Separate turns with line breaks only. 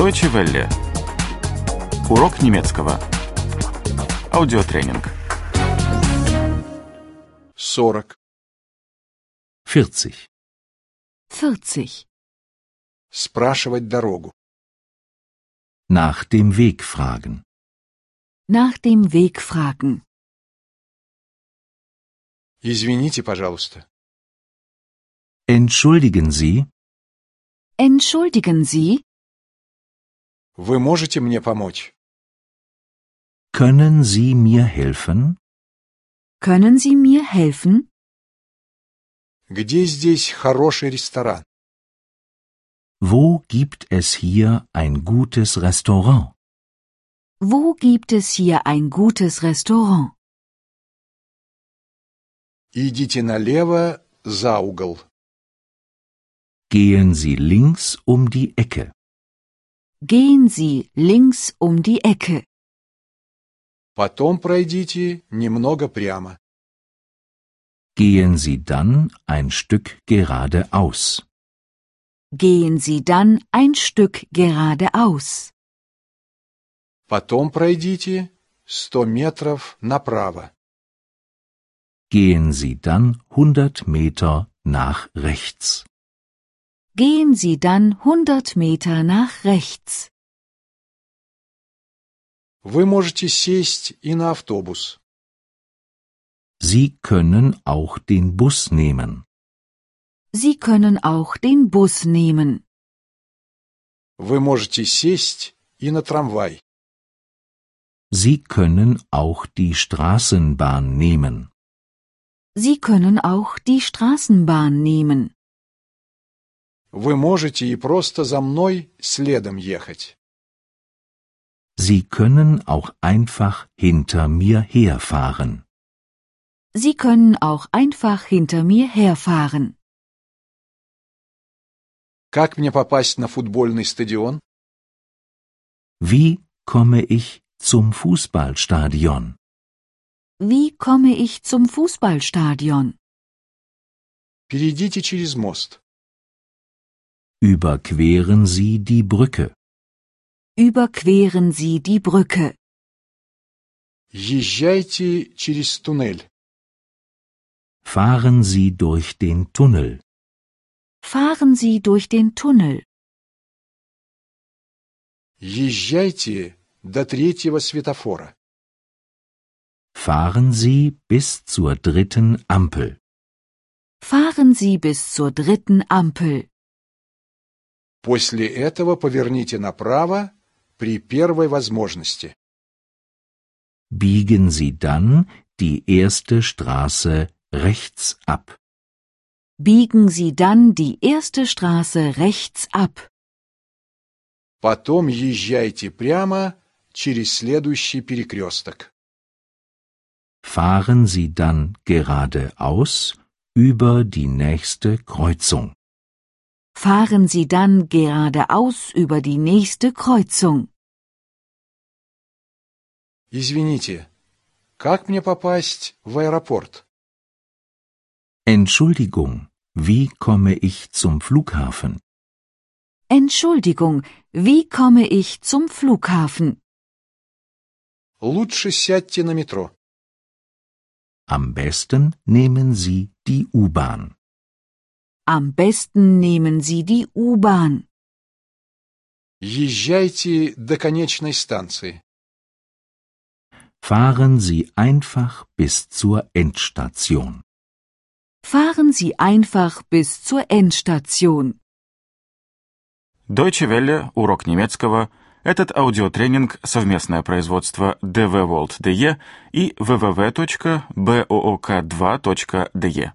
Deutsche Welle. Урок немецкого. Аудиотренинг.
40,
40.
40.
спрашивать дорогу,
Nach dem Weg fragen.
Nach dem Weg fragen.
извините, пожалуйста,
Entschuldigen Sie,
Entschuldigen Sie,
вы можете мне помочь?
können Sie mir helfen?
können Sie mir helfen?
Где здесь хороший ресторан?
Wo gibt es hier ein gutes Restaurant?
Wo gibt es hier ein gutes Restaurant?
Идите налево за угол.
Gehen Sie links um die Ecke.
Gehen Sie links um die Ecke.
Потом пройдите немного прямо.
Gehen Sie dann ein Stück geradeaus.
Gehen Sie dann ein Stück geradeaus.
Потом пройдите 100 метров направо.
Gehen Sie dann 100 Meter nach rechts.
Gehen Sie dann 100 Meter nach rechts.
Вы можете сесть и на автобус.
Sie können auch den Bus nehmen.
Sie können auch den Bus nehmen.
Вы можете сесть и на трамвай.
Sie können auch die Straßenbahn nehmen.
Sie können auch die Straßenbahn nehmen.
Вы можете и просто за мной следом ехать.
Sie können auch einfach hinter mir herfahren.
Sie können auch einfach hinter mir herfahren.
Как мне попасть на футбольный стадион?
Wie komme ich zum Fußballstadion?
Wie komme ich zum Fußballstadion?
Перейдите через мост.
Überqueren Sie die Brücke.
Überqueren Sie die Brücke.
Езжайте через туннель.
Fahren Sie durch den Tunnel.
Fahren Sie durch den Tunnel.
Езжайте до третьего светофора.
Fahren Sie bis zur dritten Ampel.
Fahren Sie bis zur dritten Ampel.
После этого поверните направо при первой возможности.
Biegen Sie dann die erste Straße rechts ab.
Biegen Sie dann die erste Straße rechts ab.
Потом езжайте прямо через следующий перекресток.
Fahren Sie dann geradeaus über die nächste Kreuzung.
Fahren Sie dann geradeaus über die nächste Kreuzung.
Извините, как мне попасть в аэропорт?
Entschuldigung, wie komme ich zum Flughafen?
Entschuldigung, wie komme ich zum Flughafen?
Лучше сядьте на метро.
Am besten nehmen Sie die U-Bahn.
Am besten nehmen Sie die U-Bahn.
Езжайте до конечной станции.
Fahren Sie einfach bis zur Endstation.
Fahren Sie einfach bis zur Endstation.
Deutsche Welle. Урок немецкого. Этот аудиотренинг – совместное производство DW World DE и www.book2.de.